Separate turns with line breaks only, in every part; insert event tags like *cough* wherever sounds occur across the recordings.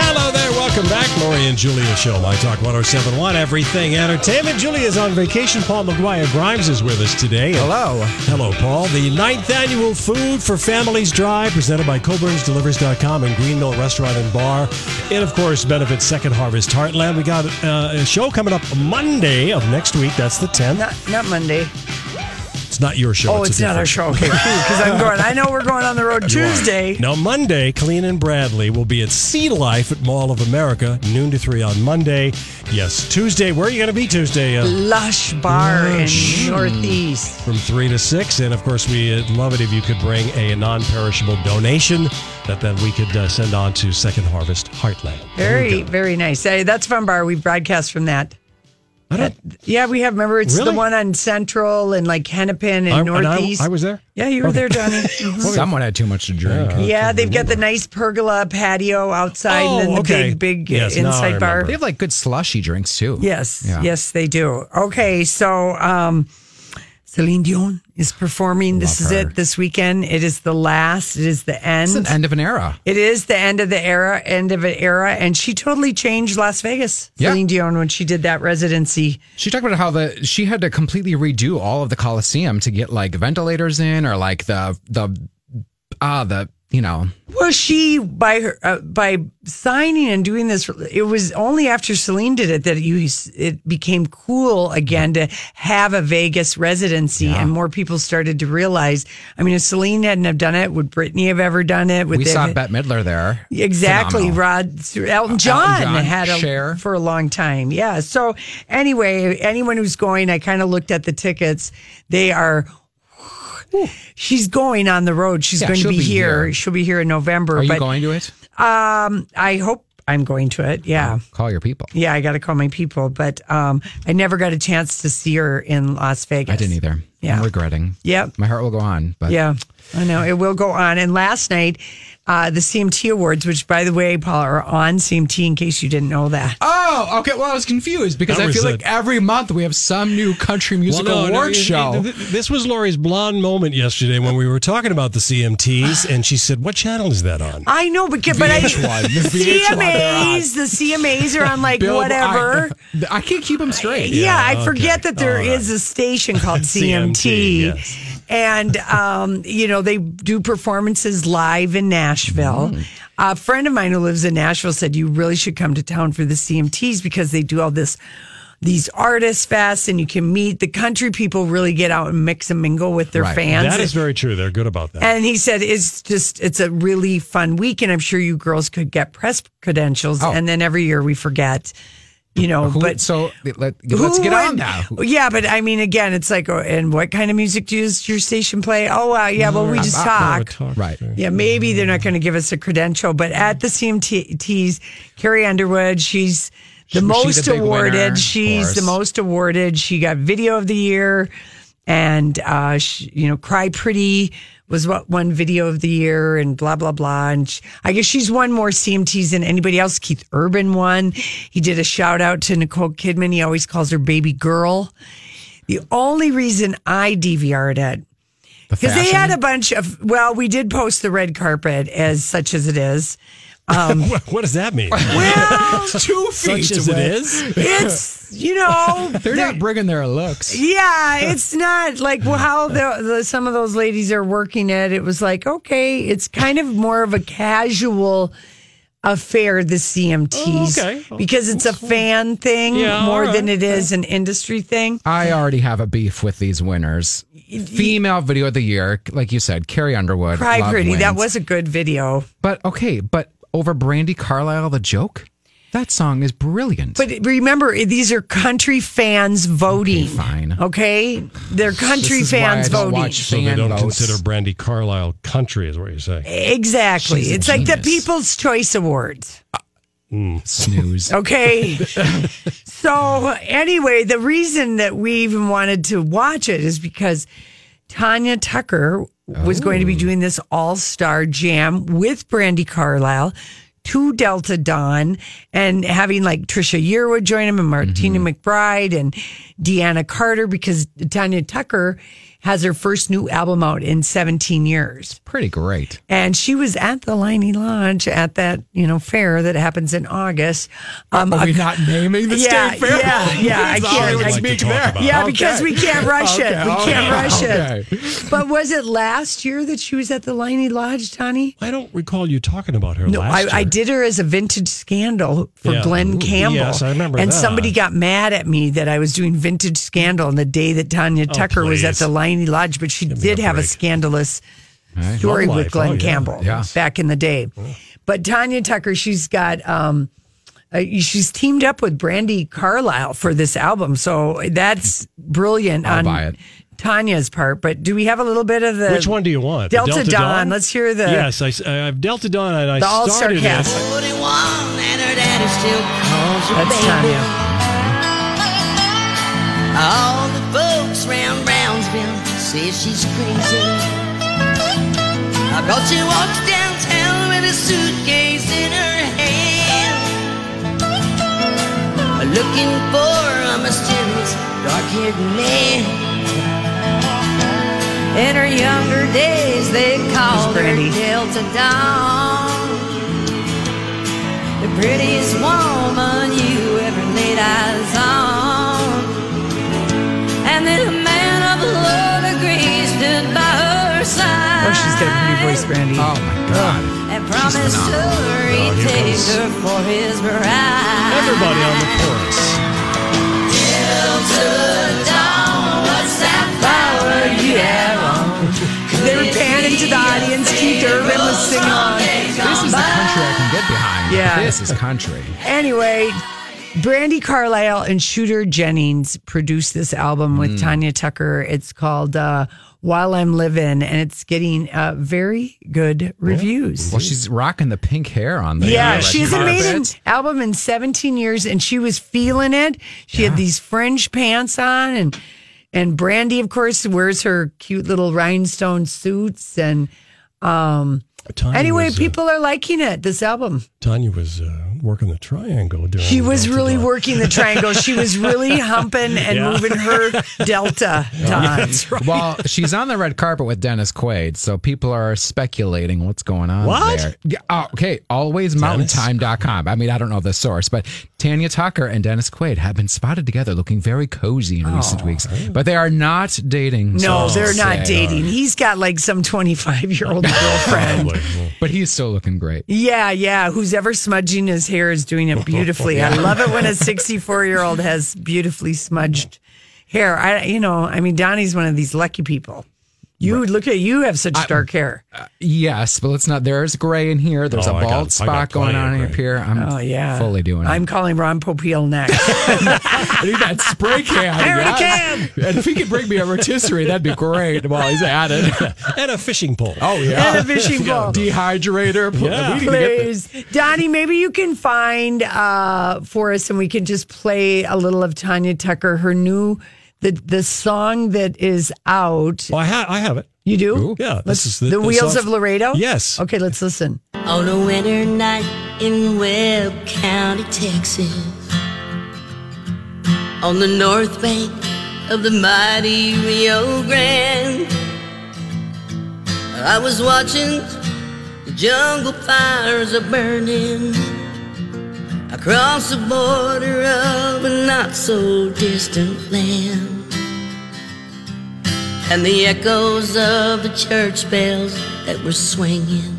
Hello there. Welcome back. Lori and Julia Show, My Talk 1071, Everything Entertainment. Julia's on vacation. Paul McGuire Grimes is with us today.
Hello.
Hello, Paul. The ninth annual Food for Families Drive, presented by CoburnsDelivers.com and Green Mill Restaurant and Bar. It, of course, benefits Second Harvest Heartland. We got uh, a show coming up Monday of next week. That's the 10th.
Not not Monday.
It's not your show.
oh, it's,
a
not our
different-
show. Okay,
*laughs*
because I'm going. I know we're going on the road
You are.
Tuesday.
Now, Monday, Colleen and Bradley will be at Sea Life at Mall of America, noon to 3 on Monday. Yes, Tuesday. Where are you going to be Tuesday? Uh,
Lush Bar
Lush.
in Northeast.
from 3 to 6. And of course, we'd love it if you could bring a non perishable donation that then we could uh, send on to Second Harvest Heartland. There you
Very
go.
very nice. Hey, that's Fun Bar. We broadcast from that.
I don't,
Yeah, we have. Remember, it's
Really?
the one on Central and like Hennepin and
I- and I-
Northeast.
I was there?
Yeah, you were
*laughs*
there, Johnny. Mhm.
Someone had too much to drink.
yeah, they've got the nice pergola patio outside
Oh,
and then the
okay.
big big
Yes, now I
inside bar.
remember.
They have like good slushy drinks too.
Yes,
Yeah.
yes, they do. Okay, so um, Celine Dion is performing. this
Love
is
her.
it this weekend. It is the last. It is the end.
It's an end of an era.
It is the end of the era, end of an era, and she totally changed Las Vegas.
Yeah.
Celine Dion when she did that residency.
She talked about how the she had to completely redo all of the Coliseum to get like ventilators in or like the the ah the you know
Well, she by her uh, by signing and doing this, it was only after Celine did it that you it became cool again to have a Vegas residency, and more people started to realize. I mean, if Celine hadn't have done it, would Britney have ever done it? Would
we
they
saw
*laughs* have-
Bette Midler there.
Exactly,
Phenomenal. Uh,
Rod Elton John,
John,
had a
Cher.
for a long time. Yeah. So anyway, anyone who's going, I kind of looked at the tickets. They are. She's going on the road. She's
Yeah,
going to
she'll
be,
be
here.
here.
She'll be here in November.
Are you
but
going to it?
I hope I'm going to it. Yeah.
Call your people.
Yeah, I got to call my people, but um, I never got a chance to see her in Las Vegas.
I didn't either.
Yeah.
I'm regretting.
Yep.
My heart will go on, but
Yeah, I know it will go on. And last night, uh, the CMT awards, which by the way, Paul, are on CMT. In case you didn't know that,
Oh, okay. Well, I was confused because
That
I
was
feel
a-
like every month we have some new country music award
it- it-
show.
th- this was Lori's blonde moment yesterday when we were talking about the CMTs, and she said, What channel is that on?
I know, but but I
VH1, the VH1, they're on.
CMAs, the CMAs are on like
Bill-
whatever.
I, I can't keep them straight.
yeah, I
okay.
forget that there
All
is
right. *laughs*
a station called CMT.
CMT, yes.
And, um, you know, they do performances live in Nashville.
Mm-hmm.
A friend of mine who lives in Nashville said, You really should come to town for the CMTs because they do all this. These artist fests, and you can meet the country people. Really get out and mix and mingle with their
Right.
fans.
That is very true. They're good about that.
And he said it's just it's a really fun week, and I'm sure you girls could get press credentials.
Oh.
And then every year we forget, you know.
Who-
but
so let, let's
who
get on
would- *laughs*
now.
Yeah, but I mean, again, it's like, oh, and what kind of music does your station play? Oh, uh, yeah, well, we just
uh,
talk.
Right.
Yeah, maybe they're not going to give us a credential, but at the CMTs, Carrie Underwood, she's the
She- she
most
the big
awarded.
winner, of
she's the
course.
most awarded. She got Video of the Year, and uh, she, you know, Cry Pretty was what won Video of the Year, and blah blah blah. And she, I guess she's won more CMTs than anybody else. Keith Urban won. He did a shout out to Nicole Kidman. He always calls her baby girl. The only reason I DVR'd it
The
because they
fashion.
had a bunch of well we did post the red carpet as such as it is
*laughs* what does that mean?
Well,
Two
Such as it is?
*laughs* it's you know
They're not bringing their looks.
Yeah, it's not like well, how the, the, some of those ladies are working it. It was like, okay, it's kind of more of a casual affair, the CMTs.
Oh, okay.
Because it's a fan thing
Yeah,
more
all
than
right.
it is an industry thing.
I already have a beef with these winners. Female video of the year, like you said, Carrie Underwood.
Cry
love
Pretty, that
wins.
was a good video.
But okay, but over Brandy Carlisle, the joke? That song is brilliant.
But remember, these are country fans voting. Okay,
fine.
They're country
is why I
fans
don't
voting.
watch
So they
Fan
don't
votes.
consider Brandy Carlisle country, is what you're saying.
Exactly.
She's a
It's like the
genius.
People's Choice Awards. *laughs*
Snooze.
Okay. so, anyway, the reason that we even wanted to watch it is because Tanya Tucker was going to be doing this all star jam with Brandy Carlisle to Delta Dawn and having like Trisha Yearwood join him and Martina McBride and Deanna Carter because Tanya Tucker has her first new album out in 17 years.
Pretty great.
And she was at the Liney Lodge at that, you know, fair that happens in August. Um,
Are
a-
we not naming the
Yeah,
state fair?
yeah,
*laughs*
yeah, I
It's
can't-
always
I
like
speak
to talk
there.
about.
yeah, because we can't rush it.
Okay,
We can't
okay,
rush
okay.
it. But was it last year that she was at the Liney Lodge, Tony?
I don't recall you talking about her
No,
last
I,
year.
I did her as a vintage scandal for
Yeah.
Glenn
Ooh,
Campbell.
yes, I remember
And
that.
somebody got mad at me that I was doing vintage scandal on the day that Tanya Tucker was at
Oh, please.
the Liney Lodge, but she did
a
have a
break.
scandalous story
Love
with
life.
Glenn
Oh, yeah.
Campbell
Yeah.
back in the day. But Tanya Tucker, she's got. Um, uh, she's teamed up with Brandy Carlisle for this album, so that's brilliant
I'll
on
buy it.
Tanya's part. But do we have a little bit of the
Which one do you want? The
um, Delta, Dawn. Let's hear the
Yes, I, have Delta Dawn, and I
the All Star
started
cast.
it.
and her daddy still calls her
That's
baby.
Tanya.
All the folks round Brownsville say she's crazy. I got she walks downtown with a suitcase in her hand. Looking for a mysterious dark-haired man. In her younger days, they called her
Brandy.
Delta Dawn. The prettiest woman you ever laid eyes on. And then a man of low degree stood by her side.
Oh, she's got a new voice, Brandy.
Oh my God.
And promised
Oh,
her he'd take her for his bride.
Everybody on the chorus.
They were panning to the audience. Keith Urban was singing on.
This is the country I can get behind.
Yeah.
This is country.
Anyway, Brandy Carlisle and Shooter Jennings produced this album with Tanya Tucker. It's called uh, While I'm Living, and it's getting uh, very good reviews.
Well, she's rocking the pink hair on the
Yeah,
red
she hasn't made an
carpet.
album in 17 years, and she was feeling it. She had these fringe pants on, and and Brandy, of course, wears her cute little rhinestone suits. And
Tanya
anyway,
was, uh,
people are liking it. This album.
Tanya was uh, working the triangle. During
She was
Delta
really
Dawn.
working the triangle. She was *laughs* really humping and
Yeah.
moving *laughs* her delta Don. *laughs*
Well, she's on the red carpet with Dennis Quaid, so people are speculating what's going on
What?
there. Yeah, oh, okay, alwaysmountaintime.com. I mean, I don't know the source, but Tanya Tucker and Dennis Quaid have been spotted together looking very cozy in recent weeks, but they are not dating.
No,
so
they're
to
not
say.
dating. He's got like some 25 year *laughs* old girlfriend.
Probably.
But he's still looking great.
Yeah, yeah. Who's ever smudging his hair is doing it beautifully.
*laughs*
I love it when a 64 year old has beautifully smudged hair. I, you know, I mean, Donnie's one of these lucky people. You look at you have such dark hair.
Yes, but let's not. There's gray in here. There's
Oh, I
a
got-
bald
I
spot
got plenty
going on
of
up here. I'm
Oh yeah,
fully doing
I'm
it.
calling Ron Popeil next.
*laughs* I need that spray can.
I already
yeah. And if he could bring me a rotisserie, that'd be great while he's at it.
and a fishing pole.
Oh,
and
yeah.
a fishing pole.
dehydrator. pl-
Yeah.
we need to get the-
Please, Donnie, maybe you can find uh, for us, and we can just play a little of Tanya Tucker, her new the the song that is out.
Oh, I, ha- I have it.
You do?
Yeah, this
Let's-
is
the,
the- the
Wheels
song-
of Laredo.
Yes.
Okay, let's listen.
On a winter night in Webb County, Texas, on the north bank of the mighty Rio Grande, I was watching the Jungle fires are burning across the border of a not so distant land. And the echoes of the church bells that were swinging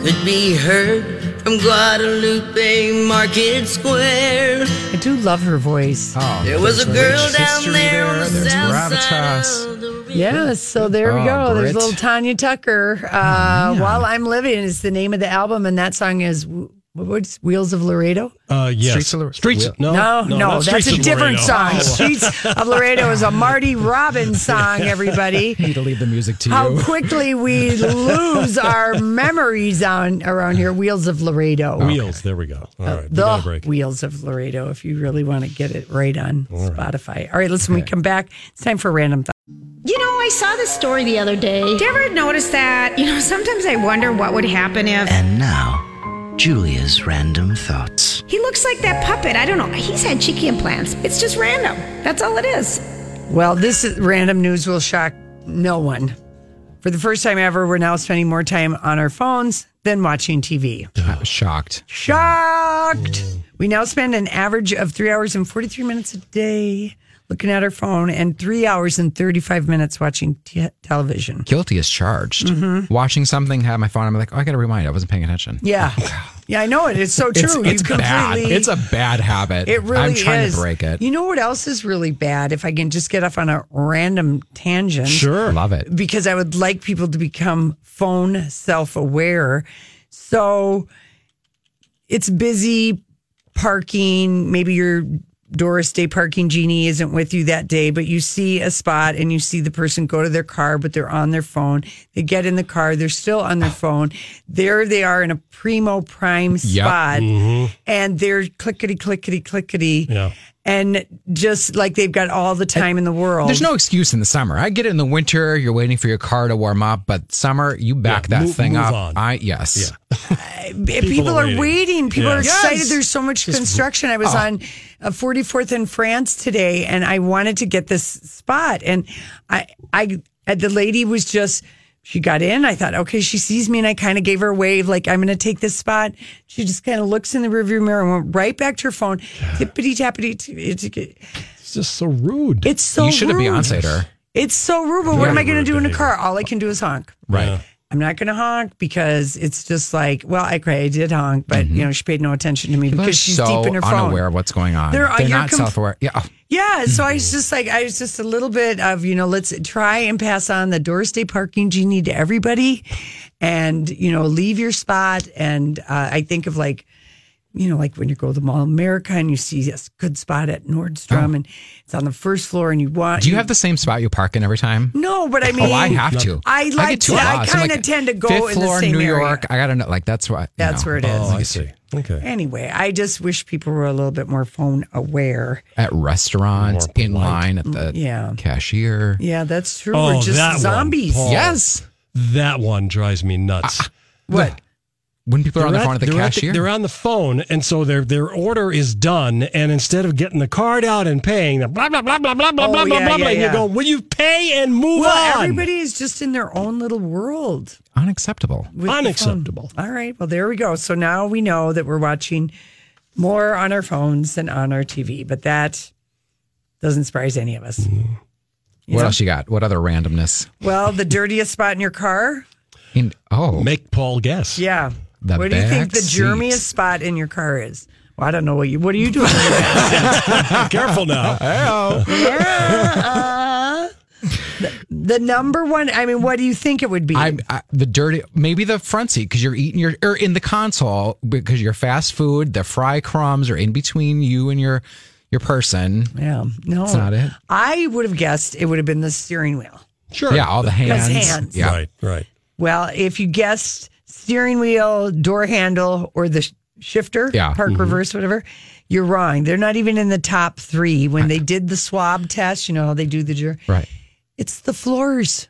could be heard from Guadalupe Market Square.
I do love her voice.
Oh,
There was
there's
a girl
rich
down
history
there on the
There's
south
gravitas.
side of the river.
Yes, so there we
Oh,
go. There's
Brit.
little Tanya Tucker. Uh, While I'm Living is the name of the album, and that song is w- what's Wheels of Laredo.
Uh, yes.
Streets of Lor-
Streets.
Will-
Oh, No,
No, no,
not
that's
Streets
a
of
different
Laredo. Oh.
song. Streets of Laredo is a Marty Robbins song.
I
Everybody,
need to leave the music to
how
you.
quickly we lose our memories on around here. Wheels of Laredo.
Wheels. There we go. All right. we got a
Uh, the
break.
Wheels of Laredo. If you really want to get it right on Spotify. All right, listen. When we come back, it's time for random thoughts.
You know, I saw this story the other day. Did you ever notice that? You know, *laughs* sometimes I wonder what would happen if
And now, Julia's random thoughts.
he looks like that puppet. I don't know. He's had cheeky implants. It's just random. That's all it is.
Well, this is, random news will shock no one. For the first time ever, we're now spending more time on our phones than watching TV.
I'm shocked.
Shocked! We now spend an average of three hours and 43 minutes a day looking at our phone and three hours and 35 minutes watching t- television.
Guilty as charged. Watching something, have my phone. I'm like, oh, I got to rewind. I wasn't paying attention.
Mm-hmm.
*laughs*
Yeah. Yeah, I know it. It's so true.
It's, it's bad. It's a bad habit.
It really
I'm trying
is.
to break it.
You know what else is really bad? If I can just get off on a random tangent.
Sure.
Love it.
because I would like people to become phone self aware. So it's busy parking. Maybe your Doris Day parking genie isn't with you that day, but you see a spot and you see the person go to their car, but they're on their phone. They get in the car, they're still on their phone. There they are in a primo prime spot, and they're clickety, clickety, clickety.
Yeah.
And just like they've got all the time in the world.
There's no excuse in the summer. I get it in the winter. You're waiting for your car to warm up, but summer, you back
Yeah,
that
move-
thing
move
up.
on.
I yes.
people, are waiting. People
Yeah.
are excited.
Yes. Oh.
There's so much construction. I was on uh, 44th in France today, and I wanted to get this spot, and I, I, uh, the lady was just. She got in. I thought, okay, she sees me, and I kind of gave her a wave, like I'm going to take this spot. She just kind of looks in the rearview mirror and went right back to her phone. Tippity tappity. t- t- t-
It's just so rude.
It's so
You should have
rude.
Beyonce'd her.
It's so rude. But what
Very
am I going
rude
to do in a
behavior.
car? All I can do is honk.
Right.
I'm not going to honk because it's just like, well, I, okay, I did honk, but you know, she paid no attention to me
People are
because she's
Mm-hmm. so
deep in her phone.
unaware of what's going on.
They're-
They're,
you're
not
com-
self-aware. Yeah. oh,
Yeah, so I was just like, I was just a little bit of, you know, let's try and pass on the Doris Day parking genie to everybody, and you know, leave your spot. And uh, I think of like, you know, like when you go to the Mall of America and you see this good spot at Nordstrom, and it's on the first floor, and you want.
Oh. Do you have the same spot you park in every time?
No, but I mean,
oh, I have to.
I
get
like
too
to- I
lost. I'm
kinda tend to go
fifth
in the
floor,
same
New
area.
York. I gotta know. Like that's where. I- you
That's
know.
where it is.
Oh, I see. Okay.
Anyway, I just wish people were a little bit more phone aware.
At restaurants,
More
in line at the
yeah.
cashier.
Yeah, that's true.
Oh,
we're just
that one,
zombies.
Paul.
Yes.
That one drives me
Ah,
nuts.
What?
When people are on the
They're
phone at the
they're
cashier.
they're on the phone, and so their their order is done. And instead of getting the card out and paying, they're blah blah blah blah blah blah
Oh,
blah blah
yeah,
blah.
yeah,
and
yeah.
you go, "Will you pay and move
Well,
on?"
everybody is just in their own little world.
Unacceptable.
with the phone.
Unacceptable.
All right. Well, there we go. So now we know that we're watching more on our phones than on our TV, but that doesn't surprise any of us.
What else you got? What other randomness?
Well, the dirtiest spot in your car?
In, oh,
Make Paul guess.
Yeah.
The
what do you think
back
the
seat.
germiest spot in your car is? Well, I don't know what you what are you doing?
*laughs*
Careful
*laughs*
now.
the number one I mean, what do you think it would be?
I, I the dirty maybe the front seat because you're eating your or in the console because your fast food the fry crumbs are in between you and your your person.
yeah. No.
That's not it.
I would have guessed it would have been the steering wheel.
Sure.
Yeah, all the hands.
hands.
Yeah,
Right. Right.
Well, if you guessed steering wheel, door handle, or the sh- shifter,
Yeah. mm-hmm.
park reverse, whatever, you're wrong. They're not even in the top three. When they did the swab test, you know how they do the jury.
right.
It's the floors.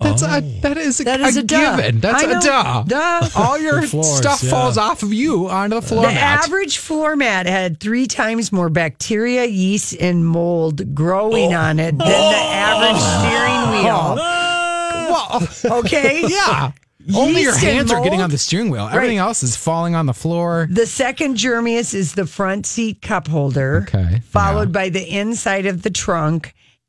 That's a
Oh.
that is a,
That is a duh.
given. That's
I know.
a duh.
Duh.
*laughs* All your
floors,
stuff
yeah.
falls off of you onto the floor
*laughs* The
mat.
average floor mat had three times more bacteria, yeast, and mold
Oh.
growing on
*laughs*
it than the average steering wheel.
well,
Okay.
Oh. yeah. Only your
Yeast and
hands are getting
mold?
on the steering wheel. Everything else is falling on the floor.
The second germius is the front seat cup holder,
Okay,
followed
yeah.
by the inside of the trunk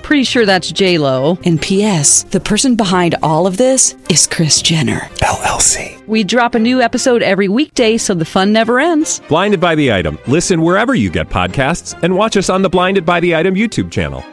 Pretty sure that's J Lo. And P.S. The person behind all of this is Chris Jenner
LLC.
We drop a new episode every weekday, so the fun never ends.
Blinded by the item. Listen wherever you get podcasts, and watch us on the Blinded by the Item YouTube
*laughs*
channel.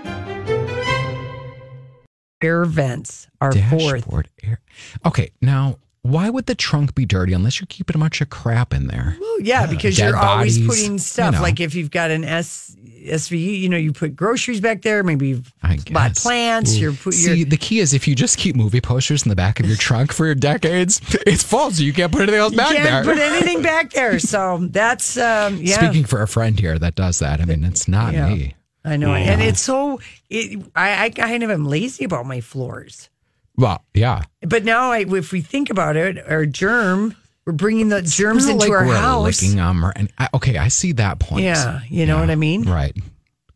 air vents are fourth.
Dashboard air. Okay, now why would the trunk be dirty unless you're keeping a bunch of crap in there?
Well, yeah, because
dead
you're always
bodies,
putting stuff
you know.
like if you've got an S SVU, you know, you put groceries back there. Maybe you've
I
bought
guess. Mm.
plants. You're put
See,
your
the key is if you just keep movie posters in the back of your trunk for decades, *laughs* it's full, so you can't put anything else
you
back there.
can't put anything back
*laughs*
there. So that's um, yeah.
Speaking for a friend here that does that, I mean, it's not
Yeah.
me.
I know, and it's so. It, I, I kind of am lazy about my floors,
Well, yeah.
but now I, if we think about it, our germ, we're bringing the germs
Not
into
like
our
we're
house.
Licking 'em or any- I- okay, I see that point.
Yeah, you know what I mean.
Right.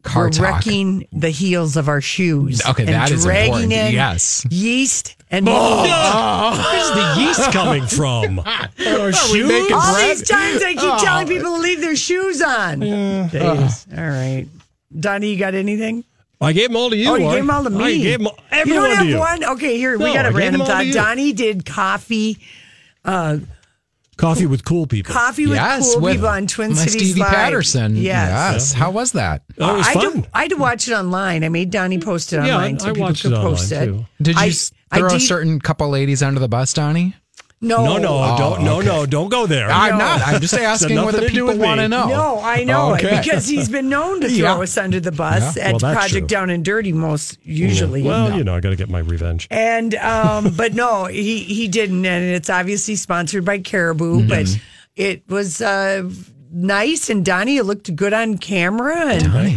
Car
we're
talk.
wrecking the heels of our shoes.
Okay,
and
that is
dragging
important.
in
Yes. Oh!
yeast and
Where's the yeast coming *laughs* from? Or shoes?
all these times I keep telling
Oh.
people to leave their shoes on. Jeez. All right, Donnie, you got anything?
I gave them all to you.
oh, you
Lori.
gave them all to me.
I gave them all,
you
everyone
don't have
to you.
one. Okay, here we
No,
got
I
a
gave
random
them all to
thought.
you.
Donnie did coffee,
Coffee with cool people.
coffee with
yes.
cool
with
people on Twin
my
Cities
Stevie
Live.
Patterson.
Yes.
yes. How was that?
That Oh, was
I had,
fun.
to, I had to watch it online. I made Donnie post it
Yeah,
online
I
so people
watched
could
it online,
post it.
too.
Did you
I-
s-
I
throw a
de-
certain couple ladies under the bus, Donnie?
No,
No, no,
Oh,
don't, no, no, don't go there.
I'm not.
*laughs*
I'm just asking
nothing
whether
to do
people
with me.
want to know.
No, I
Oh,
know
*laughs*
Okay.
it *laughs* because he's been known to throw
Yeah.
us under the bus
Yeah,
at
well, that's
Project
true.
Down and Dirty most usually.
Well, you know, I got to get my revenge.
And um, *laughs* but no, he he didn't, and it's obviously sponsored by
Mm-hmm.
Caribou, but it was uh, nice. And Donnie looked good on camera, and
Donnie.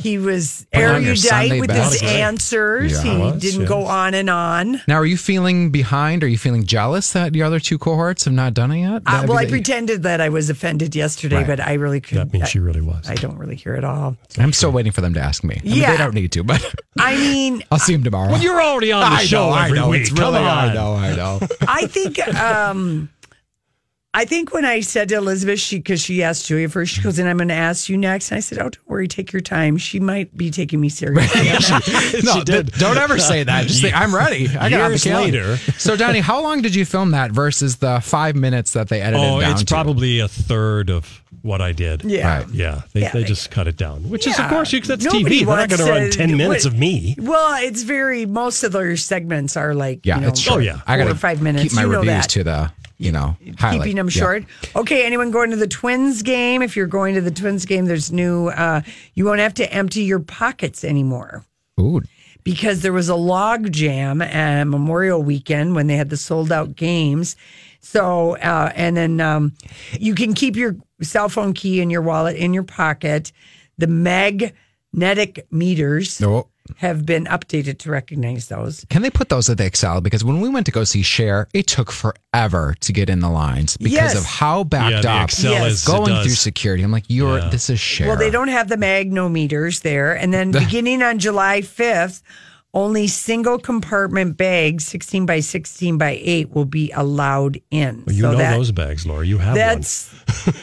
he was
Put on your Sunday
erudite with
best.
his
That was great.
answers.
Yeah.
he
Was,
didn't
yes.
go on and on.
Now, are you feeling behind? Are you feeling jealous that the other two cohorts have not done it yet?
Uh,
That'd
well,
be
I
the-
pretended that I was offended yesterday,
Right.
but I really could.
That means
I,
she really was.
I don't really hear it all.
I'm still waiting for them to ask me. I mean,
Yeah.
they don't need to, but *laughs*
*laughs*
I mean,
I'll see them tomorrow. *laughs*
Well, you're already on the
I
show
know,
every
I know.
week.
It's
Come
really,
on.
I know, I
*laughs*
know.
I think um I think when I said to Elizabeth, she because she asked Julia first, she goes, and I'm going to ask you next. And I said, oh, don't worry, take your time. She might be taking me seriously.
no,
She did.
th- don't ever say that. Just say I'm ready. I got on the
Years
calendar.
later.
*laughs* So, Donnie, how long did you film that versus the five minutes that they edited
Oh,
down
it's
to?
probably a third of what I did.
yeah.
Right.
Yeah, they,
Yeah,
they
they-
just cut it down, which is, of
Yeah.
course, you- that's
Nobody
TV. They're not
wants
going to run
to-
10 minutes
what-
of me.
Well, it's very most of their segments are like
Yeah,
you know,
it's true.
Oh, yeah.
I
four
gotta
or five minutes.
Keep my
you know
reviews
that.
to the you know highlight.
keeping them
Yeah.
short. Okay, anyone going to the Twins game? If you're going to the Twins game, there's new. Uh, you won't have to empty your pockets anymore.
Ooh,
because there was a log jam at Memorial Weekend when they had the sold out games. So, uh, and then um, you can keep your cell phone key in your wallet in your pocket. The magnetic meters
no.
have been updated to recognize those.
Can they put those at the Excel? Because when we went to go see Cher, it took forever to get in the lines because
Yes.
of how backed
yeah, the
up.
Excel
Yes.
is it
Going
does.
through security, I'm like, you're this is Cher.
Well, they don't have the magnometers there. And
*laughs*
then beginning on July 5th, only single compartment bags, 16 by 16 by 8, will be allowed in.
Well, you
So
know
that-
those bags, Laura. You have
That's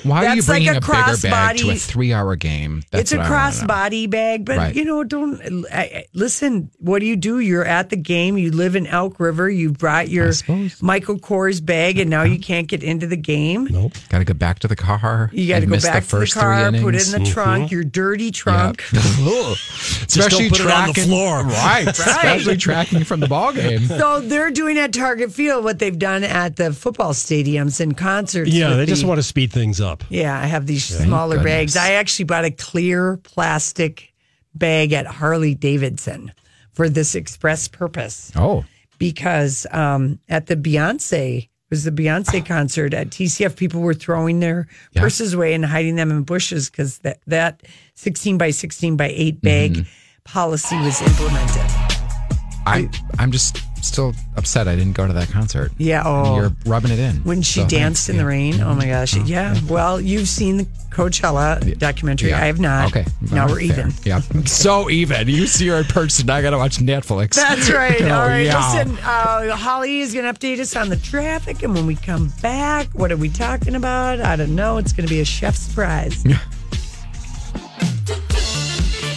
Why are you
That's like
bringing
a
a, bigger bag to a
crossbody-
three-hour game? That's
it's a
what I wanna know.
crossbody bag, but
Right.
you know, don't I, I- listen. What do you do? You're at the game. You live in Elk River. You brought your Michael Kors bag, and now
*laughs*
you can't get into the game.
Nope.
Got to go back to the car.
You got to
and
go
miss
back to the
first three
car, put it
innings. Mm-hmm.
in the trunk, your dirty trunk.
Especially
don't put it on the
tracking-
floor.
*laughs* right?
Right.
Especially tracking from the ball
*laughs*
game.
So they're doing at Target Field what they've done at the football stadiums and
*laughs*
concerts.
Yeah,
with
they just
the-
want to speed things up.
Yeah, I have these
Thank
smaller
goodness.
bags. I actually bought a clear plastic bag at Harley Davidson for this express purpose.
Oh,
because um, at the Beyonce it was the Beyonce concert at TCF, people were throwing their
Yeah.
purses away and hiding them in bushes because that that sixteen by sixteen by eight bag
Mm-hmm.
policy was implemented.
I I'm just still upset I didn't go to that concert.
Yeah, oh.
you're rubbing it in.
When she
So,
danced in the
yeah. Mm-hmm.
rain, oh my gosh! Yeah, well, you've seen the Coachella documentary.
Yeah.
I have not.
Okay,
now
Well,
we're
fair.
even.
Yeah,
*laughs*
so even. You see her in person. I got to watch Netflix. *laughs*
That's right.
Oh,
All right.
yeah.
Listen, uh, Holly is going to update us on the traffic. And when we come back, what are we talking about? I don't know. It's going to be a chef
*laughs*
surprise.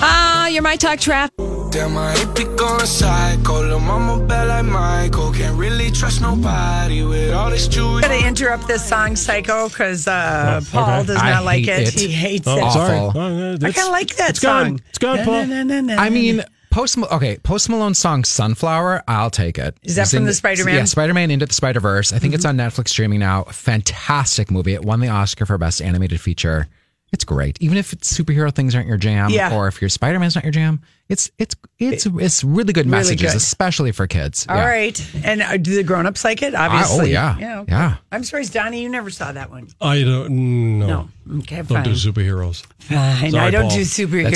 Ah, you're my talk trap.
Damn, my hippie going psycho. Lil' mama bad like Michael. Can't really trust nobody with all this
I'm
jewelry.
going to interrupt this song, Psycho, because uh, Paul does not
I
like
hate
it.
it.
He hates
Oh,
it.
sorry. Awful.
I
it's-
kind of like that
it's
song.
gone. It's gone, Paul. I mean, Post Mal- okay, Post Malone's song "Sunflower," I'll take it.
Is that
It's
from the Spider-Man? Mm-hmm.
Yeah, Spider-Man into the Spider-Verse. I think it's on Netflix streaming now. Fantastic movie. It won the Oscar for best animated feature. It's great, even if it's superhero things aren't your jam,
Yeah.
or if your Spider-Man's not your jam. It's it's it's it's really good
Really
messages,
good.
especially for kids.
All right. And uh, do the grown ups like it? Obviously.
oh, yeah.
okay.
Yeah.
I'm surprised, Donnie, you never saw that one.
I don't know.
No. Okay,
Don't do
fine.
superheroes.
Fine. I don't do superheroes.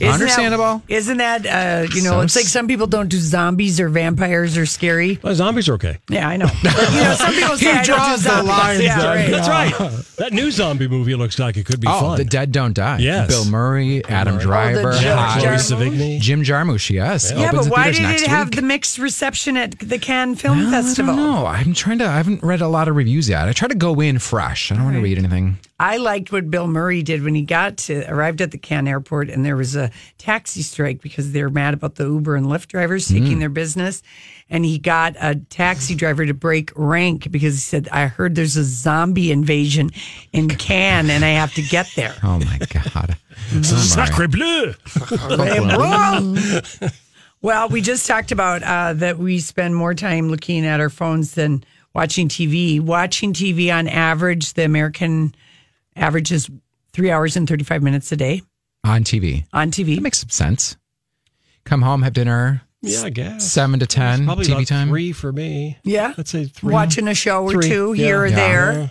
Isn't that- Isn't that, uh, you know,
So
it's like
s-
some people don't do zombies or vampires are scary.
Well, Oh, zombies are okay.
Yeah, *laughs* I know. But, you know, some people say I don't do zombies. Yeah, right.
That's right. That new zombie movie looks like it could be
oh,
fun.
the dead don't die.
Yes.
Bill Murray,
Murray.
Adam
Oh, the
Driver,
Jim
Hyde,
Jarmusch?
Jim Jarmusch. Yes.
Yeah,
Opens
but
in
why
theaters
did
next
it have
week.
the mixed reception at the Cannes Film
Well,
Festival?
I don't know. I'm trying to. I haven't read a lot of reviews yet. I try to go in fresh. I don't want to read anything.
I liked what Bill Murray did when he got to arrived at the Cannes airport, and there was a taxi strike because they're mad about the Uber and Lyft drivers taking their business. And he got a taxi driver to break rank because he said, "I heard there's a zombie invasion in Cannes, and I have to get there."
*laughs*
Oh my god.
Sacre bleu.
well, we just talked about uh, that we spend more time looking at our phones than watching TV. Watching TV on average, the American average is three hours and 35 minutes a day
On TV.
on TV.
That makes some sense. Come home, have dinner.
Yeah, I guess.
Seven to ten
It's probably
TV
about
time.
Three for me.
Yeah.
Let's say three.
Watching a show or
Three.
two
Yeah.
here or
Yeah.
there.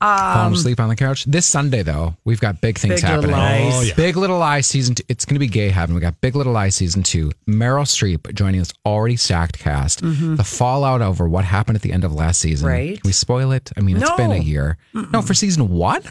Fall asleep on the couch. This Sunday though, we've got big things
Um, Big Little
happening.
Lies. Oh, yeah.
Big Little Lies season. Two. It's going to be gay heaven. We got Big Little Lies season two. Meryl Streep joining this already stacked cast. The fallout over what happened at the end of last season.
Mm-hmm. Right.
Can we spoil it? I mean, it's been a
No.
year. No, for season one.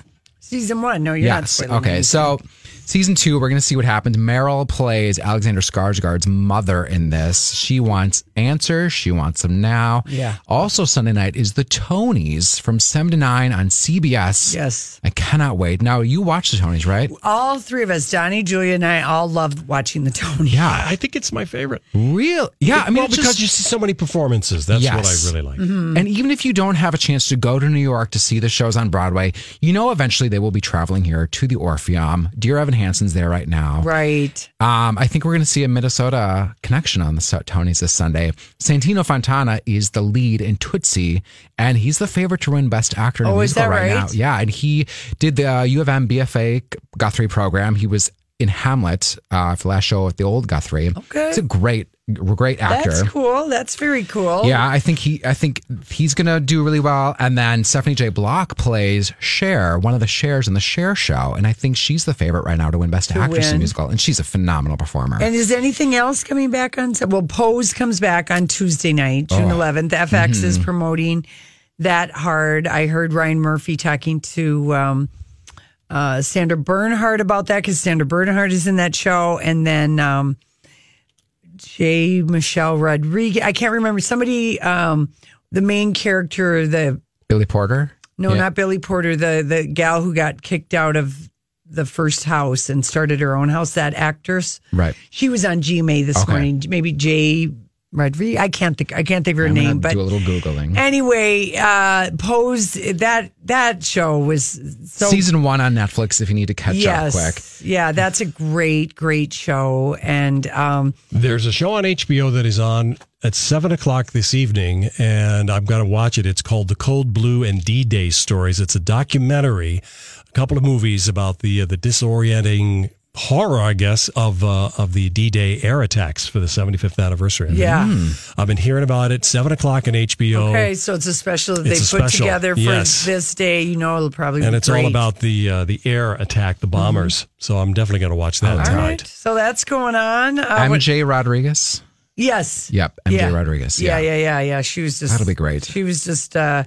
Season one. No, you're not
yes.
spoiling
Okay.
anything.
So, season two, we're going to see what happens. Meryl plays Alexander Skarsgård's mother in this. She wants answers. She wants them now.
Yeah.
Also, Sunday night is the Tonys from seven to nine on CBS.
Yes.
I cannot wait. Now you watch the Tonys, right?
All three of us, Donnie, Julia, and I, all loved watching the Tony.
Yeah.
I I think it's my favorite.
Real. Yeah. I mean,
well,
it's
because
just- mm.
you see so many performances. That's what
Yes.
I really like.
Mm-hmm.
And even if you don't have a chance to go to New York to see the shows on Broadway, you know eventually they will be traveling here to the Orpheum. Dear Evan Hansen's there *laughs* right now.
Right.
Um, I think we're going to see a Minnesota connection on the so- Tonys this Sunday. Santino Fontana is the lead in Tootsie, and he's the favorite to win Best Actor in a
Oh, is
musical
that
right,
right?
now. Yeah, and he did the uh, U of M BFA Guthrie program. He was in Hamlet uh, for the last show at the old Guthrie.
Okay.
he's a great, great actor.
That's cool. That's very cool.
Yeah, I think he I think he's gonna do really well. And then Stephanie J. Block plays Cher, one of the Chers in the Cher show, and I think she's the favorite right now to win Best Actress in a
win.
Musical, and she's a phenomenal performer.
And is anything else coming back on? Well, Pose comes back on Tuesday night, June
Oh.
11th. FX is promoting that hard. I heard Ryan Murphy talking to um, uh, Sandra Bernhardt about that because Sandra Bernhardt is in that show. And then um, J. Michelle Rodriguez. I can't remember. Somebody, um, the main character, the
Billy Porter,
No,
Yeah.
not Billy Porter, the the gal who got kicked out of the first house and started her own house. That actress,
Right.
She was on GMA this
Okay.
morning. Maybe Jay Rodriguez. I can't think. I can't think of her
I'm gonna
name. But
do a little googling.
anyway, uh, Pose that that show was so
Season one on Netflix. If you need to catch
yes,
up quick.
yeah, that's a great great show. And um,
There's a show on HBO that is on at seven o'clock this evening, and I've got to watch it. It's called "The Cold Blue and D-Day Stories." It's a documentary, a couple of movies about the uh, the disorienting horror, I guess, of uh, of the D-Day air attacks for the 75th anniversary.
Yeah. Hmm.
I've been hearing about it. Seven o'clock on HBO.
okay, so it's a special that they
It's a
put
special,
together for
yes.
this day. You know, it'll probably
and
be
it's all
great.
about the uh, the air attack, the bombers. So I'm definitely going to watch that
All
tonight.
right, so that's going on. Uh, what-
MJ Rodriguez.
Yes.
Yep, MJ
Yeah.
Rodriguez.
Yeah,
Yeah.
yeah, yeah, yeah. She was just
That'll be great.
She was just uh,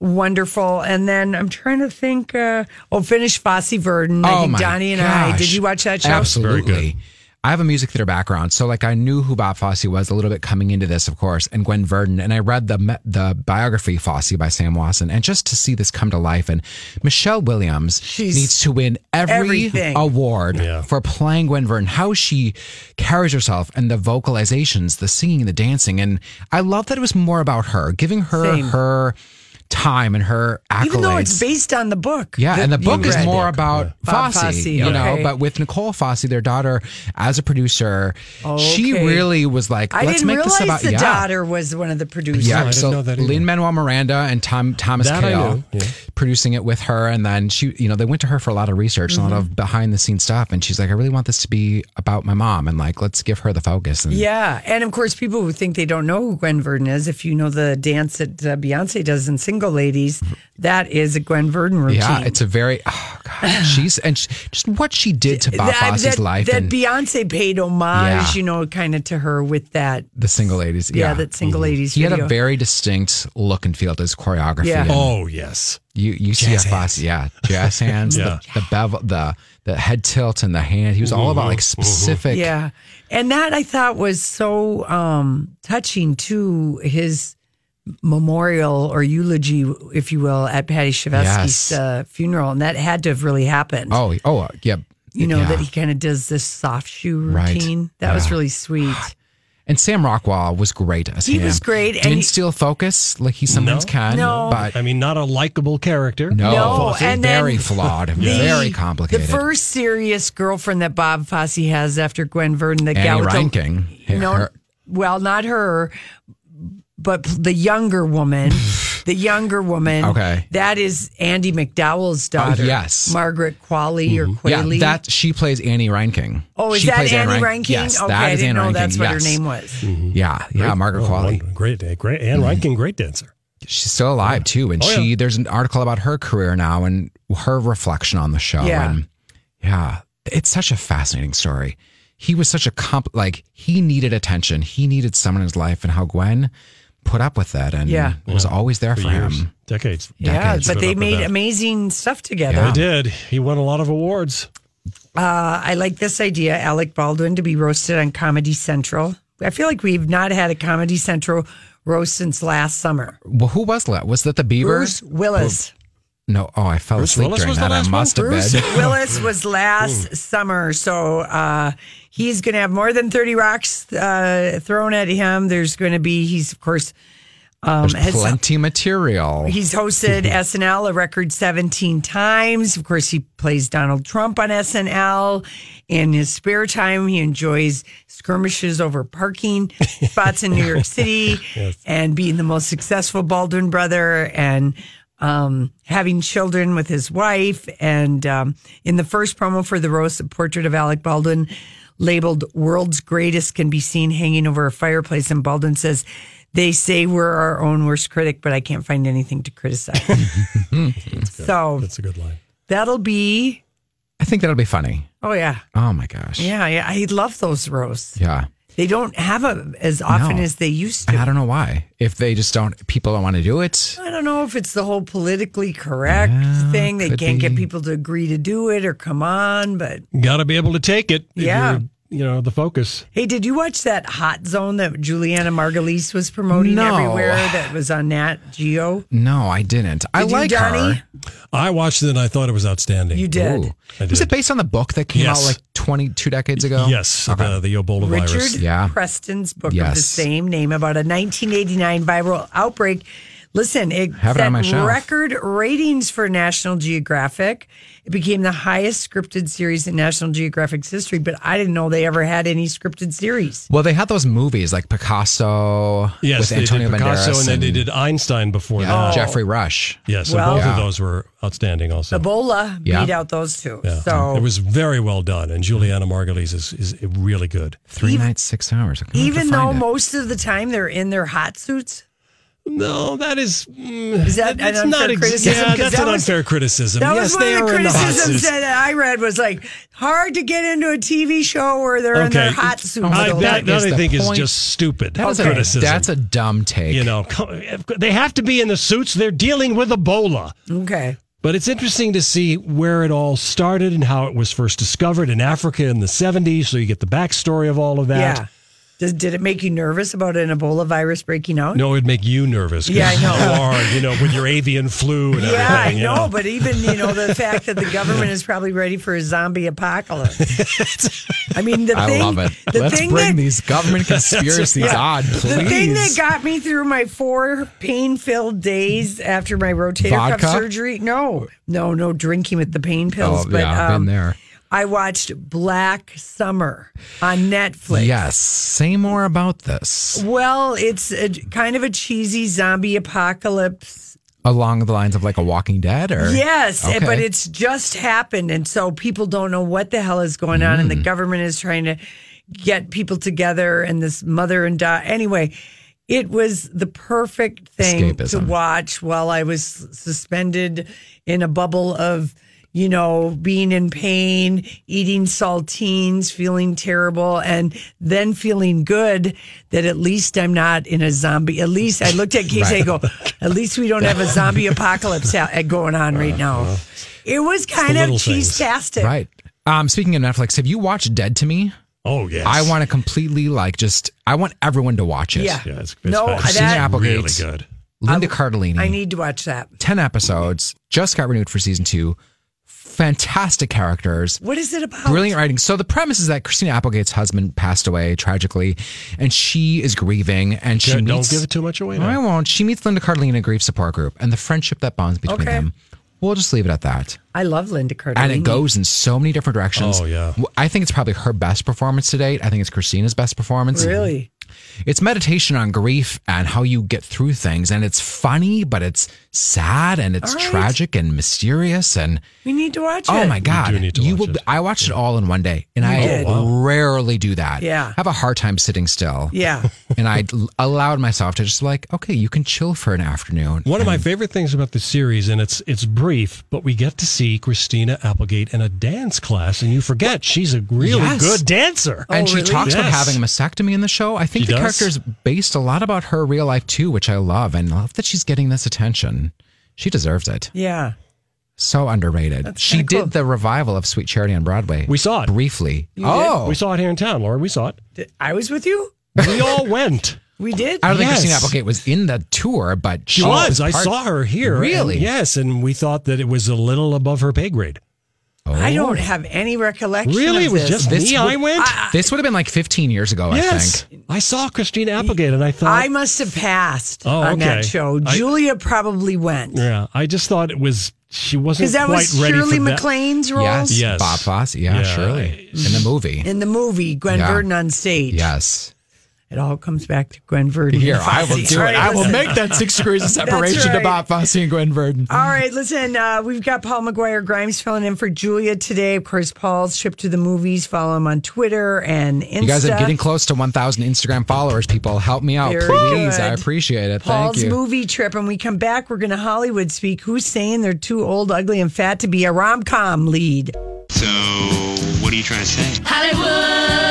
wonderful. And then I'm trying to think. Uh, oh, finish Fosse Verdon. I
Oh
think
my
Donnie and I. Did
gosh.
you watch that show?
Absolutely. I have a music theater background, so like I knew who Bob Fosse was a little bit coming into this, of course, and Gwen Verdon, and I read the me- the biography Fosse by Sam Wasson, and just to see this come to life, and Michelle Williams needs to win every
everything.
award for playing Gwen Verdon, how she carries herself, and the vocalizations, the singing, the dancing, and I love that it was more about her, giving her
Same.
her time and her accolades.
Even though it's based on the book.
Yeah,
that
and the
you
book is
read.
more about
Bob
Fosse,
Fosse,
you know.
okay.
But with Nicole Fosse, their daughter, as a producer, she
Okay.
really was like,
I
"Let's
didn't
make
realize
this about
the
yeah.
daughter was one of the producers.
Yeah, so Lin Manuel Miranda and Tom Thomas
That I
Kail
knew, yeah.
producing it with her, and then she, you know, they went to her for a lot of research,
Mm-hmm.
and a lot of behind the scenes stuff, and she's like, "I really want this to be about my mom, and like, let's give her the focus." And
Yeah, and of course, people who think they don't know who Gwen Verdon is, if you know the dance that uh, Beyonce does in Single Ladies, that is a Gwen Verdon routine.
yeah, it's a very oh god, she's and she, just what she did to Bob
that,
Fosse's
that-
life
that
and
Beyonce paid homage,
Yeah.
you know, kind of to her with that.
the single ladies.
Yeah, that single ladies
Mm-hmm. He had
video.
a very distinct look and feel to his choreography.
Yeah.
and
Oh,
yes.
You you see a
Jazz
Fosse, yeah,
*laughs*
jazz hands,
Yeah.
The, the bevel, the the head tilt and the hand. He was all about like
Mhm,
specific.
Yeah, and that I thought was so um, touching to his memorial or eulogy, if you will, at Patty Shavetsky's
Yes.
uh, funeral, and that had to have really happened.
Oh oh yeah.
you know
yeah.
that he kind of does this soft shoe
Right.
routine. That was
Yeah.
really sweet.
and Sam Rockwell was great as
He
him.
was great, and
Didn't
he-
steal focus like he sometimes can.
No.
but
I mean, not a likable character.
no,
No, and then
Oh, very flawed,
the-
very complicated.
The first serious girlfriend that Bob Fosse has after Gwen Verdon, the gal
Annie
with the-
Reinking,
no,
her-
well, not her, but the younger woman.
*laughs*
the younger woman.
Okay. Oh,
That is Andy McDowell's daughter.
yes. Mm-hmm.
Margaret Qualley or Qualley.
Yeah, that she plays Annie Reinking.
oh, is
She
that
plays
Annie
Rein-
Reinking?
Yes,
okay,
that
I
is
didn't
Annie
know that's
Reinking,
what
yes.
her name was.
Mm-hmm.
Yeah, yeah, Margaret
oh,
Qualley.
wonder- Great, great. Anne Reinking, great dancer.
she's still alive too and
Oh, yeah.
she there's an article about her career now and her reflection on the show
Yeah.
and yeah it's such a fascinating story he was such a comp like he needed attention he needed someone in his life and how gwen put up with that and
Yeah.
was always there for,
years,
him
decades.
Yeah,
Decades.
but they made
that.
amazing stuff together.
They did. He won a lot of awards.
Uh, I like this idea, Alec Baldwin, to be roasted on Comedy Central. I feel like we've not had a Comedy Central roast since last summer.
well who was that was that the beavers
Bruce Willis.
no oh i fell
Bruce
asleep
Willis
during
was the
that i
last one?
must have
Bruce
*laughs* been
Willis was last summer, so uh, he's going to have more than thirty rocks uh, thrown at him. There's going to be he's of course um,
there's
has
plenty material
He's hosted SNL a record 17 times. Of course, he plays Donald Trump on SNL. In his spare time, he enjoys skirmishes over parking spots in New York City and being the most successful Baldwin brother and um, having children with his wife. And um, in the first promo for the roast, a portrait of Alec Baldwin labeled World's Greatest can be seen hanging over a fireplace. And Baldwin says, they say we're our own worst critic, but I can't find anything to
*laughs*
criticize. so
That's a good line.
that'll be,
i think that'll be funny
oh, yeah.
oh my gosh
Yeah, yeah. I love those roasts.
yeah
They don't have a, as often
No.
as they used
and
to.
i don't know why if they just don't people don't want to do it
I don't know if it's the whole politically correct thing. They
could
can't get
be.
people to agree to do it or come on, but
Got to be able to take it. If
Yeah.
you're- you know the focus.
Hey, did you watch that Hot Zone that Juliana Margulies was promoting
No.
everywhere? That was on Nat Geo.
No, I didn't. I
Did you,
like
Donnie?
her.
I watched it and I thought it was outstanding.
You did.
I
Was it based on the book that came
Yes.
out like 22 decades ago?
Yes, the, the Ebola virus.
Richard
Yeah.
Preston's book of the
Yes.
same name about a 1989 viral outbreak. Listen, it
Have it
set
on my shelf.
record ratings for National Geographic. It became the highest scripted series in National Geographic's history, but I didn't know they ever had any scripted series.
Well, they had those movies like Picasso
Yes,
with
they
Antonio
did Picasso
Banderas
and then they did oh. Einstein before
yeah, Oh.
that.
Jeffrey Rush.
Yes,
Well-
and both
Yeah.
of those were outstanding. Also,
Ebola
Yeah.
beat out those two.
Yeah.
So
it was very well done, and Juliana Margulies is, is really good.
Three nights, six hours. I'm gonna have to
even
find
though
it.
most of the time they're in their hot suits,
No, that is mm,
Is that an
that's
unfair
ex-
criticism?
Yeah,
'Cause
that's
that
an
was-
unfair criticism.
that
yes,
was one
they
of the
are in the hot
criticisms
suits.
that I read was like hard to get into a TV show where they're in their hot suits.
I,
all
that, that,
the time.
is
I
the
think is
point.
just stupid
That is
criticism.
a, that's a dumb take.
you know, co- they have to be in the suits. They're dealing with Ebola.
okay.
But it's interesting to see where it all started and how it was first discovered in Africa in the 70s. So you get the backstory of all of that.
Yeah. Does, did it make you nervous about an Ebola virus breaking out?
No, it'd make you nervous. 'cause
Yeah, I know.
You are, you know, with your avian flu and
Yeah, I
everything. you
know, but even you know the
*laughs*
fact that the government is probably ready for a zombie apocalypse. I mean, the
I
thing,
love it.
the
Let's
thing
bring
that
these
*laughs*
government conspiracies on, please.
The thing that got me through my four pain filled days after my rotator
Vodka?
cuff surgery. No, no, no drinking with the pain pills.
Oh,
but
yeah, been
um,
there.
I watched Black Summer on Netflix.
Yes. Say more about this
Well, it's a, kind of a cheesy zombie apocalypse
along the lines of like a Walking Dead or
Yes, eh,
Okay.
but it's just happened, and so people don't know what the hell is going on, and
Mm.
the government is trying to get people together, and this mother and daughter. Anyway, it was the perfect thing to
Escapism.
watch while I was suspended in a bubble of. You know, being in pain, eating saltines, feeling terrible, and then feeling good that at least I'm not in a zombie. At least I looked
*laughs*
at Casey and go, at least we don't have a zombie apocalypse ha- eh, going on right
Uh-huh.
now. It was kind of
little things.
cheese-tastic.
*laughs* right. Um, speaking of Netflix, have you watched Dead to Me?
Oh, yes.
I want to completely like just I want everyone to watch it.
Yeah.
Yeah, it's, it's
No,
bad.
Christina that-
really
Applegate's-
good.
Linda Cardellini.
I need to watch that.
10 episodes, just got renewed for season two. Fantastic characters.
What is it about?
Brilliant writing. So the premise is that Christina Applegate's husband passed away tragically, and she is grieving. And she
Don't
meets,
give it too much away.
No, I
Now.
won't. She meets Linda Cardellini in a grief support group, and the friendship that bonds between
Okay.
them. We'll just leave it at that.
I love Linda Cardellini.
And it goes in so many different directions.
Oh, yeah.
W- I think it's probably her best performance to date. I think it's Christina's best performance.
really.
It's meditation on grief and how you get through things. And it's funny, but it's sad and it's
All right.
tragic and mysterious. And
We need to watch it.
oh my God.
do need to watch
will be-
it.
I watched it all in one day. And I
did. Oh,
rarely do that.
Yeah.
I have a hard time sitting still. *laughs*
Yeah.
and I l- allowed myself to just like, okay, you can chill for an afternoon.
One of my
And
favorite things about the series, and it's it's brief, but we get to see Christina Applegate in a dance class, and you forget she's a really
Yes.
good dancer.
and she
Oh, really?
talks about
Yes.
having a mastectomy in the show. I think
She
the
does?
character is based a lot about her real life too, which I love, and I love that she's getting this attention. She deserves it.
Yeah.
So underrated. she
kinda
did
cool.
the revival of Sweet Charity on Broadway.
We saw it.
briefly.
You
oh,
We saw it here in town, Laura. We saw it.
Did- I was with you.
We all went.
We did.
I don't think
Yes.
Christina Applegate was in the tour, but *laughs* she,
She was. Oh, I
part-
saw her here. and
Really?
yes. And we thought that it was a little above her pay grade.
I don't have any recollection.
Really?
of
It was
this.
just
This
me.
would-
I went.
This would have been like 15 years ago, I
yes.
think.
I saw Christina Applegate, and I thought.
I must have passed
Oh,
on that
okay.
show.
I-
Julia probably went
yeah. I just thought it was. She wasn't
because that
quite
was
ready
Shirley
for that.
MacLaine's role
Yes.
Yes.
Bob Fosse. Yeah,
Yeah.
surely. In the movie.
in the movie Gwen
Yeah.
Verdon on stage.
Yes.
It all comes back to Gwen Verdon.
Here,
and
I will
Fosse.
do
All
it.
right,
I will
listen.
make that six
*laughs*
degrees of separation
right.
to Bob Fosse and Gwen Verdon.
All right, listen, uh, we've got Paul McGuire Grimes filling in for Julia today. Of course, Paul's trip to the movies. Follow him on Twitter and Insta.
You guys are getting close to 1,000 Instagram followers, people. Help me out,
Very
please. I
good.
appreciate it.
Paul's
Thank you.
movie trip, and we come back. We're going to Hollywood speak. Who's saying they're too old, ugly, and fat to be a rom com lead?
So, what are you trying to say?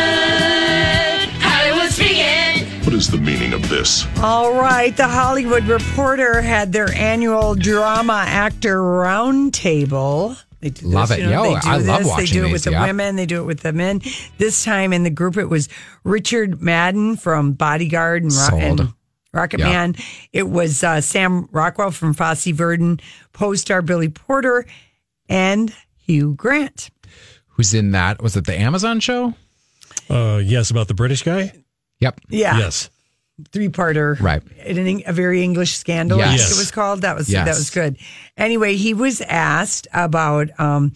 Hollywood, Hollywood speaking.
What is the meaning of this?
All right, the Hollywood Reporter had their annual drama actor roundtable. They do
Love
this,
it.
You know,
Yo,
they do
I love
this, They
watching
do it
these,
with the
yeah.
women. They do it with the men. This time in the group, it was Richard Madden from Bodyguard and, Ro-
Sold.
and Rocket
Yeah.
Man. It was uh, Sam Rockwell from Fosse Verdon, Post star Billy Porter, and Hugh Grant.
Who's in that? Was it the Amazon show?
Uh, yes, about the British guy.
Yep.
Yeah.
Yes.
Three parter.
Right.
a very English scandal. I think
Yes.
It was called. That was
Yes.
that was good. Anyway, he was asked about um,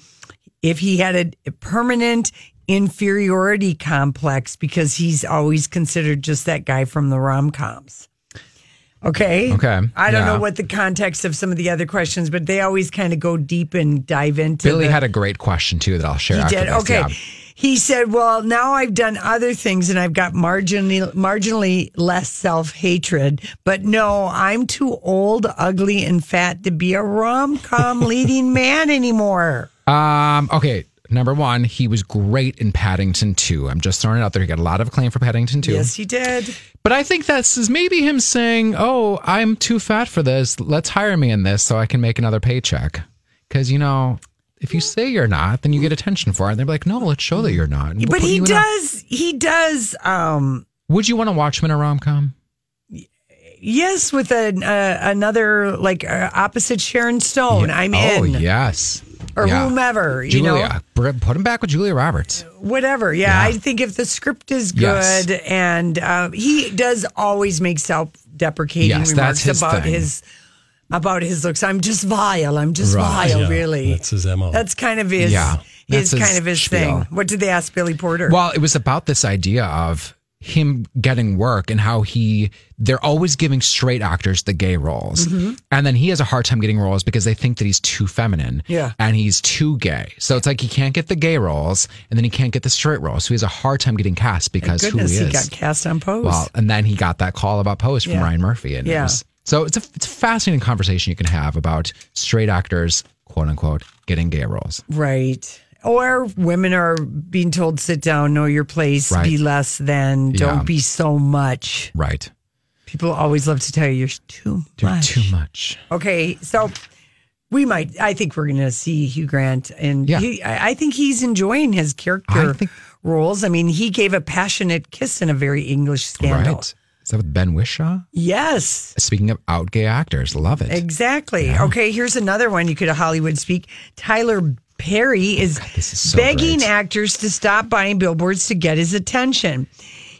if he had a permanent inferiority complex because he's always considered just that guy from the rom coms. Okay.
Okay.
I don't
Yeah.
know what the context of some of the other questions, but they always kind of go deep and dive into.
Billy
the-
had a great question too that I'll share.
he
after
did.
this.
Okay.
Yeah.
He said, "Well, now I've done other things and I've got marginally marginally less self hatred, but no, I'm too old, ugly, and fat to be a rom com
*laughs*
leading man anymore."
Um, okay. Number one, he was great in Paddington 2. I'm just throwing it out there. He got a lot of acclaim for Paddington 2.
Yes, he did.
But I think that's is maybe him saying, "Oh, I'm too fat for this. Let's hire me in this so I can make another paycheck." Because you know, if you say you're not, then you get attention for it. And they're like, "No, let's show that you're not." And we'll
But
put
he
you in a-
does. He does. Um,
Would you want to watch him in a rom com?
yes, with an, uh, another like uh, opposite Sharon Stone. I'm
oh,
in
yes.
or
Yeah.
whomever. You know,
Julia, Br- put him back with Julia Roberts.
whatever. Yeah, I think if the script is good
Yes.
and uh, he does always make self-deprecating
Yes,
remarks
that's his
about
thing.
his about his looks. I'm just vile. I'm just vile.
Yeah,
Oh, really,
That's his mo. *laughs*
that's kind of his.
Yeah,
His,
that's his
kind of his
spiel.
thing. What did they ask Billy Porter?
Well, it was about this idea of him getting work and how he they're always giving straight actors the gay roles.
Mm-hmm.
And then he has a hard time getting roles because they think that he's too feminine.
Yeah.
And he's too gay. So it's like he can't get the gay roles and then he can't get the straight roles. So he has a hard time getting cast because
goodness,
who he is.
he got cast on Pose.
Well, and then he got that call about Pose from
Yeah.
Ryan Murphy. And it
Yeah.
was- so it's a it's a fascinating conversation you can have about straight actors, quote unquote, getting gay roles.
right. Or women are being told, sit down, know your place,
Right.
be less than, don't
Yeah.
be so much.
Right.
People always love to tell you you're too
They're
much.
too much.
Okay, so we might. I think we're going to see Hugh Grant, and
Yeah.
he, I, I think he's enjoying his character
I think-
roles. I mean, he gave a passionate kiss in a very English scandal.
Right. Is that with Ben Wishaw?
Yes,
Speaking of out gay actors, love it.
exactly. Okay, here's another one you could Hollywood speak. Tyler Perry is,
Oh this is so
begging
great.
actors to stop buying billboards to get his attention.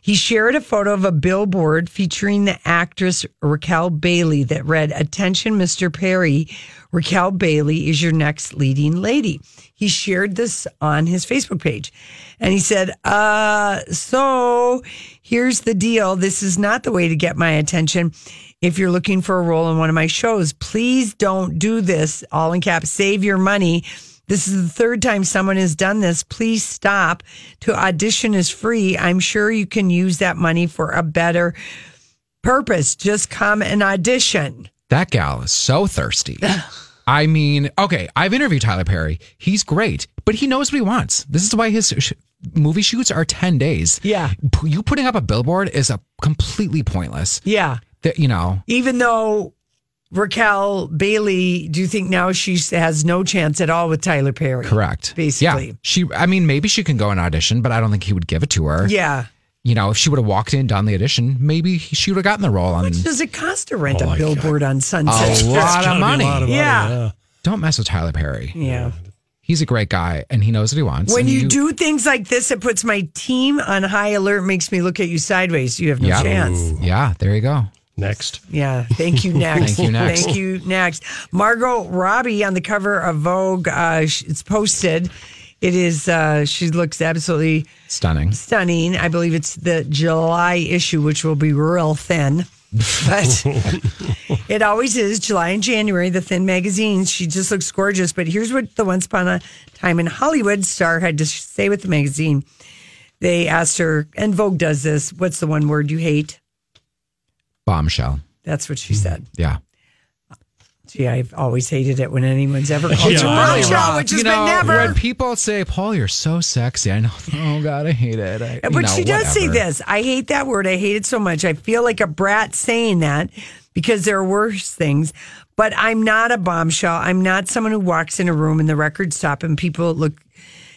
He shared a photo of a billboard featuring the actress Raquel Bailey that read, Attention, Mr. Perry, Raquel Bailey is your next leading lady. He shared this on his Facebook page and he said, Uh, so here's the deal. This is not the way to get my attention. If you're looking for a role in one of my shows, please don't do this. All in caps, save your money. This is the third time someone has done this. Please stop. To audition is free. I'm sure you can use that money for a better purpose. Just come and audition.
That gal is so thirsty. I mean, okay, I've interviewed Tyler Perry. He's great, but he knows what he wants. This is why his sh- movie shoots are 10 days.
Yeah.
P- You putting up a billboard is a completely pointless.
Yeah.
That you know,
Even though Raquel Bailey, do you think now she has no chance at all with Tyler Perry?
correct.
Basically.
Yeah. She I mean, maybe she can go and audition, but I don't think he would give it to her.
Yeah.
You know, if she would have walked in, done the audition, maybe he- she would have gotten the role on
Does it cost to rent
Oh,
a
my God.
billboard on
a
Sunset?
lot of money.
lot of money,
Yeah.
yeah.
Don't mess with Tyler Perry.
yeah.
He's a great guy and he knows what he wants.
When
and
you, do things like this, it puts my team on high alert, makes me look at you sideways. You have no
Yeah.
chance.
Yeah, there you go.
Next.
Yeah. Thank
*laughs*
you. Next.
Thank you, next.
Thank you. Next. Margot Robbie on the cover of Vogue. Uh, sh- it's posted. It is. Uh, she looks absolutely
Stunning.
stunning. I believe it's the July issue, which will be real thin. But it always is July and January, the thin magazines. She just looks gorgeous. But here's what the Once Upon a Time in Hollywood star had to say with the magazine. They asked her, and Vogue does this what's the one word you hate?
Bombshell.
That's what she said.
Yeah.
Gee, I've always hated it when anyone's ever called you
Yeah, I
Bombshell,
know.
which has
you
been
know,
never.
When people say, "Paul, you're so sexy," I know. *laughs* Oh God, I hate it. I, you
but
know,
she does say
whatever.
this. I hate that word. I hate it so much. I feel like a brat saying that because there are worse things. But I'm not a bombshell. I'm not someone who walks in a room and the records stop and people look,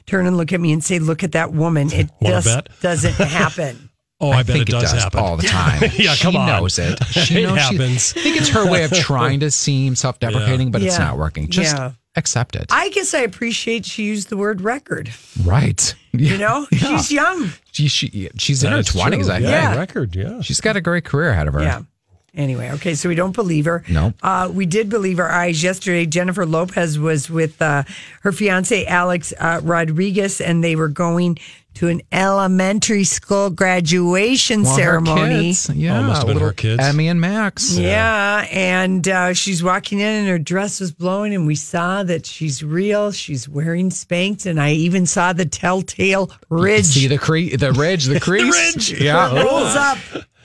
turn and look at me and say, "Look at that woman." It
Wanna
just
bet?
doesn't
*laughs*
happen.
Oh, I,
I,
bet
think
it does, happen
all the
*laughs*
time.
yeah,
she
come on. *laughs*
knows it. She
It
knows she-
happens.
I think it's her
*laughs*
way of trying to seem self-deprecating, but it's
Yeah.
not working. Just
Yeah.
accept it.
I guess I appreciate she used the word record.
right.
You know, she's young.
She, she she's in
That
her
is true.
twenties. I
Yeah,
think.
record. Yeah.
She's got a great career ahead of her.
Yeah. Anyway, okay, so we don't believe her.
No.
Uh, we did believe our eyes yesterday. Jennifer Lopez was with uh, her fiance, Alex uh, Rodriguez, and they were going to an elementary school graduation
Well, her
ceremony.
kids, yeah,
Oh, must have been
little
her kids.
Emmy and Max.
Yeah, and uh, she's walking in, and her dress was blowing, and we saw that she's real. She's wearing Spanx, and I even saw the telltale ridge.
See the cre- the
*laughs*
ridge, the crease.
ridge.
Yeah. Oh.
rolls up.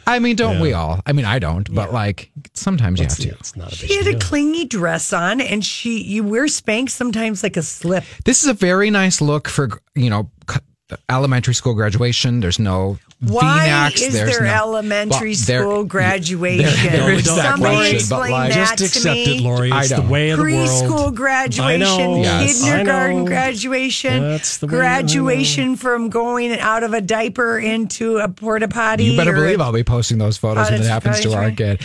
I mean, don't we all? I mean, I don't, but like sometimes you have to.
It's not a big
She had a clingy dress on, and she you wear Spanx sometimes like a slip.
This is a very nice look for you know c- elementary school graduation. There's no
Why
V-necks.
is
there's
there
no-
elementary
Well, there-
school graduation?
there- there is that
Somebody
question, but
explain
like-
Just
that to
accept
me.
it, Lori.
I
It's the
don't.
way of the world.
Preschool graduation,
I know.
Yes.
I
kindergarten
know.
graduation,
That's the way-
graduation from going out of a diaper into a porta potty.
You better
or-
believe I'll be posting those photos when
Cottage-
it happens to
cottage
our
ring.
kid.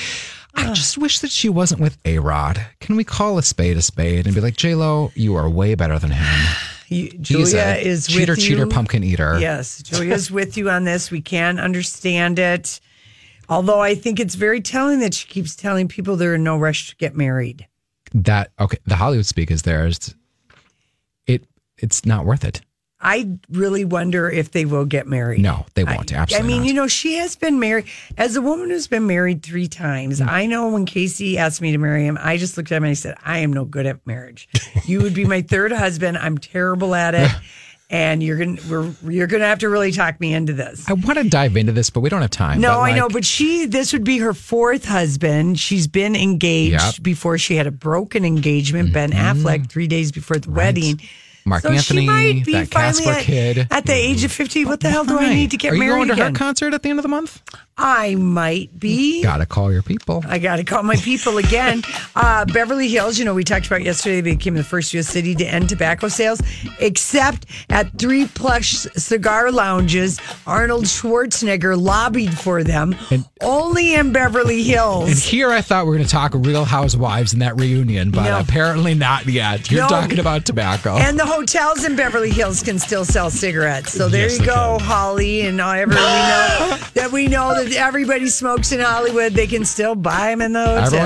I just wish that she wasn't with A Rod. Can we call a spade a spade and be like, J Lo, you are way better than him.
You-
He's
Julia
a
is
cheater,
with
cheater,
you.
pumpkin eater.
Yes, Julia's with you on this. We can understand it. Although I think it's very telling that she keeps telling people they're in no rush to get married.
That okay. The Hollywood speak is theirs. It it's not worth it.
I really wonder if they will get married.
No, they won't.
I
Absolutely.
mean,
not.
you know, she has been married as a woman who's been married three times.
Mm.
I know when Casey asked me to marry him, I just looked at him and I said, I am no good at marriage. you would be
*laughs*
my third husband. I'm terrible at it. And you're gonna we're, you're gonna have to really talk me into this.
I want to dive into this, but we don't have time.
No,
But,
I know,
like,
but she this would be her fourth husband. She's been engaged
Yep. Mm-hmm.
before she had a broken engagement. Ben Affleck three days before the wedding.
Mark
so
Anthony,
she might be
that
finally
Casper
at,
kid.
at the age of fifty. What the hell do I
Hi.
need to get
Are you
married
going to
again?
her concert at the end of the month?
I might be.
Gotta call your people.
I got to call my people again. Uh, Beverly Hills, you know, we talked about yesterday, they became the first U.S. city to end tobacco sales, except at three plush cigar lounges. Arnold Schwarzenegger lobbied for them, only in Beverly
And
Hills.
here I thought we were going to talk Real Housewives in that reunion, but
No.
apparently not yet. You're
No.
talking about tobacco.
And the hotels in Beverly Hills can still sell cigarettes. So there
Yes, they
you go,
can.
Holly, and everyone
*laughs*
we know that we know that everybody smokes in Hollywood. They can still buy them in the hotel.
Everyone